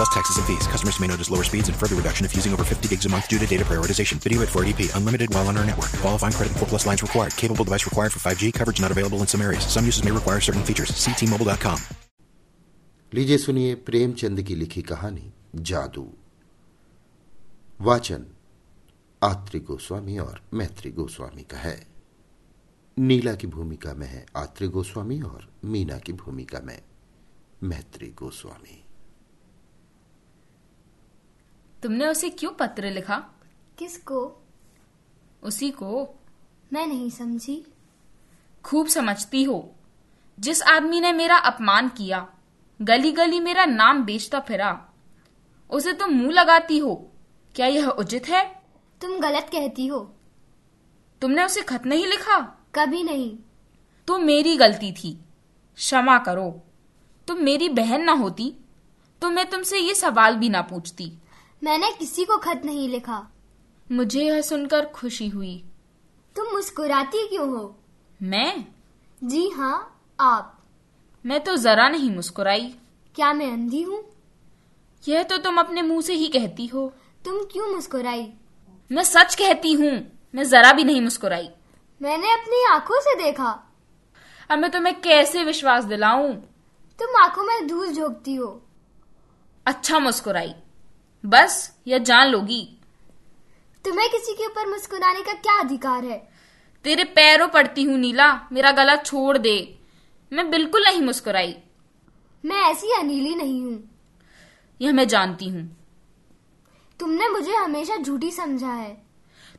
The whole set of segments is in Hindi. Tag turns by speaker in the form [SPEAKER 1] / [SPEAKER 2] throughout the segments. [SPEAKER 1] Plus taxes and fees. Customers may notice lower speeds and further reduction if using over 50 gigs a month due to data prioritization. Video at 480p. Unlimited while on our network. Qualifying credit and 4 plus lines required. Capable device required for 5G. Coverage not available in some areas. Some uses may require certain features. Ctmobile.com.
[SPEAKER 2] लीजिए सुनिए प्रेमचंद की लिखी कहानी जादू वाचन आत्रि गोस्वामी और मैत्री गोस्वामी का है नीला की भूमिका में है आत्रि गोस्वामी और मीना की भूमिका में मैत्री गोस्वामी
[SPEAKER 3] तुमने उसे क्यों पत्र लिखा
[SPEAKER 4] किसको
[SPEAKER 3] उसी को
[SPEAKER 4] मैं नहीं समझी
[SPEAKER 3] खूब समझती हो जिस आदमी ने मेरा अपमान किया गली गली मेरा नाम बेचता फिरा उसे तुम मुंह लगाती हो क्या यह उचित है
[SPEAKER 4] तुम गलत कहती हो
[SPEAKER 3] तुमने उसे खत नहीं लिखा
[SPEAKER 4] कभी नहीं
[SPEAKER 3] तो मेरी गलती थी क्षमा करो तुम मेरी बहन ना होती तो मैं तुमसे ये सवाल भी ना पूछती
[SPEAKER 4] मैंने किसी को खत नहीं लिखा
[SPEAKER 3] मुझे यह सुनकर खुशी हुई
[SPEAKER 4] तुम मुस्कुराती क्यों हो
[SPEAKER 3] मैं
[SPEAKER 4] जी हाँ आप
[SPEAKER 3] मैं तो जरा नहीं मुस्कुराई
[SPEAKER 4] क्या मैं अंधी हूँ
[SPEAKER 3] यह तो तुम अपने मुंह से ही कहती हो
[SPEAKER 4] तुम क्यों मुस्कुराई
[SPEAKER 3] मैं सच कहती हूँ मैं जरा भी नहीं मुस्कुराई
[SPEAKER 4] मैंने अपनी आंखों से देखा
[SPEAKER 3] अब मैं तुम्हें कैसे विश्वास दिलाऊं
[SPEAKER 4] तुम आंखों में धूल झोंकती हो
[SPEAKER 3] अच्छा मुस्कुराई बस यह जान लोगी
[SPEAKER 4] तुम्हें किसी के ऊपर मुस्कुराने का क्या अधिकार है
[SPEAKER 3] तेरे पैरों पड़ती हूँ नीला मेरा गला छोड़ दे मैं बिल्कुल नहीं मुस्कुराई
[SPEAKER 4] मैं ऐसी अनिली नहीं हूँ
[SPEAKER 3] यह मैं जानती हूँ
[SPEAKER 4] तुमने मुझे हमेशा झूठी समझा है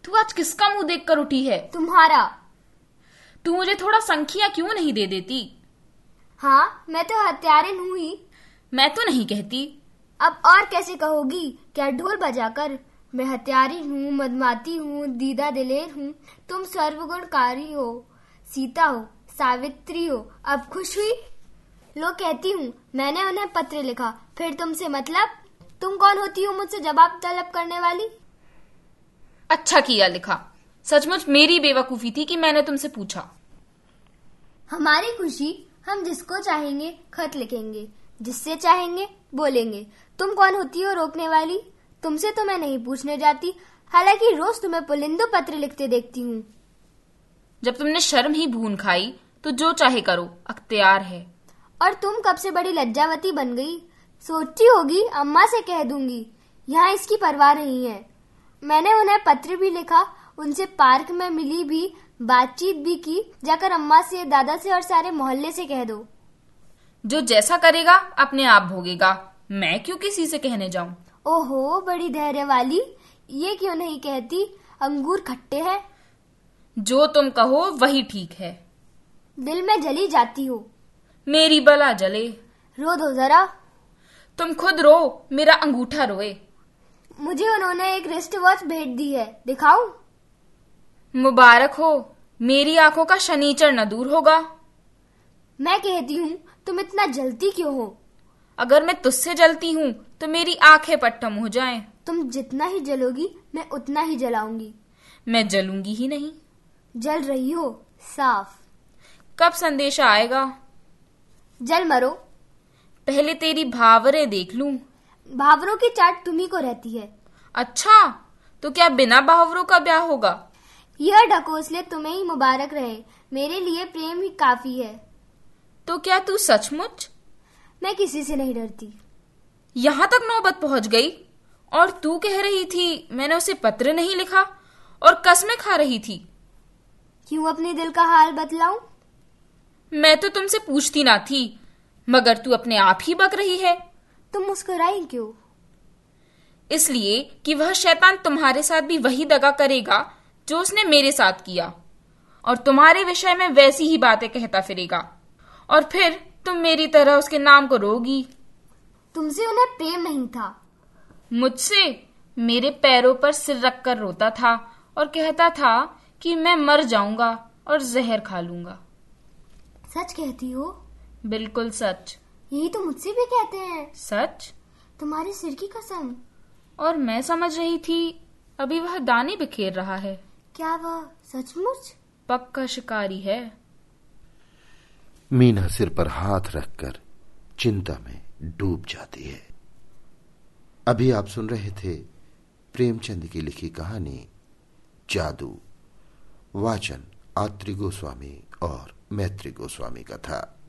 [SPEAKER 3] तू आज किसका मुंह देखकर उठी है
[SPEAKER 4] तुम्हारा
[SPEAKER 3] तू मुझे थोड़ा संख्या क्यों नहीं दे देती
[SPEAKER 4] हाँ मैं तो हत्यारिन हूँ ही
[SPEAKER 3] मैं तो नहीं कहती
[SPEAKER 4] अब और कैसे कहोगी क्या ढोल बजाकर मैं हत्यारी हूँ मदमाती हूँ दीदा दिलेर हूँ तुम सर्वगुणकारी हो सीता हो सावित्री हो अब खुश हुई लोग कहती हूँ मैंने उन्हें पत्र लिखा फिर तुमसे मतलब तुम कौन होती हो मुझसे जवाब तलब करने वाली
[SPEAKER 3] अच्छा किया लिखा सचमुच मेरी बेवकूफी थी कि मैंने तुमसे पूछा
[SPEAKER 4] हमारी खुशी हम जिसको चाहेंगे खत लिखेंगे जिससे चाहेंगे बोलेंगे तुम कौन होती हो रोकने वाली तुमसे तो मैं नहीं पूछने जाती हालांकि रोज तुम्हें पुलिंदो पत्र लिखते देखती हूँ
[SPEAKER 3] जब तुमने शर्म ही भून खाई तो जो चाहे करो अख्तियार है
[SPEAKER 4] और तुम कब से बड़ी लज्जावती बन गई सोचती होगी अम्मा से कह दूंगी यहाँ इसकी परवाह नहीं है मैंने उन्हें पत्र भी लिखा उनसे पार्क में मिली भी बातचीत भी की जाकर अम्मा से दादा से और सारे मोहल्ले से कह दो
[SPEAKER 3] जो जैसा करेगा अपने आप भोगेगा मैं क्यों किसी से कहने जाऊं
[SPEAKER 4] ओहो बड़ी धैर्य वाली ये क्यों नहीं कहती अंगूर खट्टे हैं
[SPEAKER 3] जो तुम कहो वही ठीक है
[SPEAKER 4] दिल में जली जाती हो
[SPEAKER 3] मेरी बला जले
[SPEAKER 4] रो दो जरा
[SPEAKER 3] तुम खुद रो मेरा अंगूठा रोए
[SPEAKER 4] मुझे उन्होंने एक रिस्ट वॉच भेंट दी है दिखाऊं
[SPEAKER 3] मुबारक हो मेरी आंखों का शनीचर न दूर होगा
[SPEAKER 4] मैं कहती हूँ तुम इतना जलती क्यों हो
[SPEAKER 3] अगर मैं तुझसे जलती हूँ तो मेरी आंखें पट्टम हो जाएं।
[SPEAKER 4] तुम जितना ही जलोगी मैं उतना ही जलाऊंगी
[SPEAKER 3] मैं जलूंगी ही नहीं
[SPEAKER 4] जल रही हो साफ
[SPEAKER 3] कब संदेशा आएगा
[SPEAKER 4] जल मरो
[SPEAKER 3] पहले तेरी भावरे देख लूं
[SPEAKER 4] भावरों की चाट तुम्ही को रहती है
[SPEAKER 3] अच्छा तो क्या बिना भावरों का ब्याह होगा
[SPEAKER 4] यह ढकोसले तुम्हें ही मुबारक रहे मेरे लिए प्रेम ही काफी है
[SPEAKER 3] तो क्या तू सचमुच
[SPEAKER 4] मैं किसी से नहीं डरती
[SPEAKER 3] यहाँ तक नौबत पहुंच गई और तू कह रही थी मैंने उसे पत्र नहीं लिखा और कसमें खा रही थी
[SPEAKER 4] क्यों अपने दिल का हाल बतलाऊं
[SPEAKER 3] मैं तो तुमसे पूछती ना थी मगर तू अपने आप ही बक रही है
[SPEAKER 4] तुम मुस्कुराई क्यों
[SPEAKER 3] इसलिए कि वह शैतान तुम्हारे साथ भी वही दगा करेगा जो उसने मेरे साथ किया और तुम्हारे विषय में वैसी ही बातें कहता फिरेगा और फिर तुम मेरी तरह उसके नाम को रोगी
[SPEAKER 4] तुमसे उन्हें प्रेम नहीं था
[SPEAKER 3] मुझसे मेरे पैरों पर सिर रखकर रोता था और कहता था कि मैं मर जाऊंगा और जहर खा लूंगा
[SPEAKER 4] सच कहती हो
[SPEAKER 3] बिल्कुल सच
[SPEAKER 4] यही तो मुझसे भी कहते हैं
[SPEAKER 3] सच
[SPEAKER 4] तुम्हारे सिर की कसम
[SPEAKER 3] और मैं समझ रही थी अभी वह दाने बिखेर रहा है
[SPEAKER 4] क्या वह सचमुच
[SPEAKER 3] पक्का शिकारी है
[SPEAKER 2] मीना सिर पर हाथ रखकर चिंता में डूब जाती है अभी आप सुन रहे थे प्रेमचंद की लिखी कहानी जादू वाचन आत्रि गोस्वामी और मैत्री गोस्वामी का था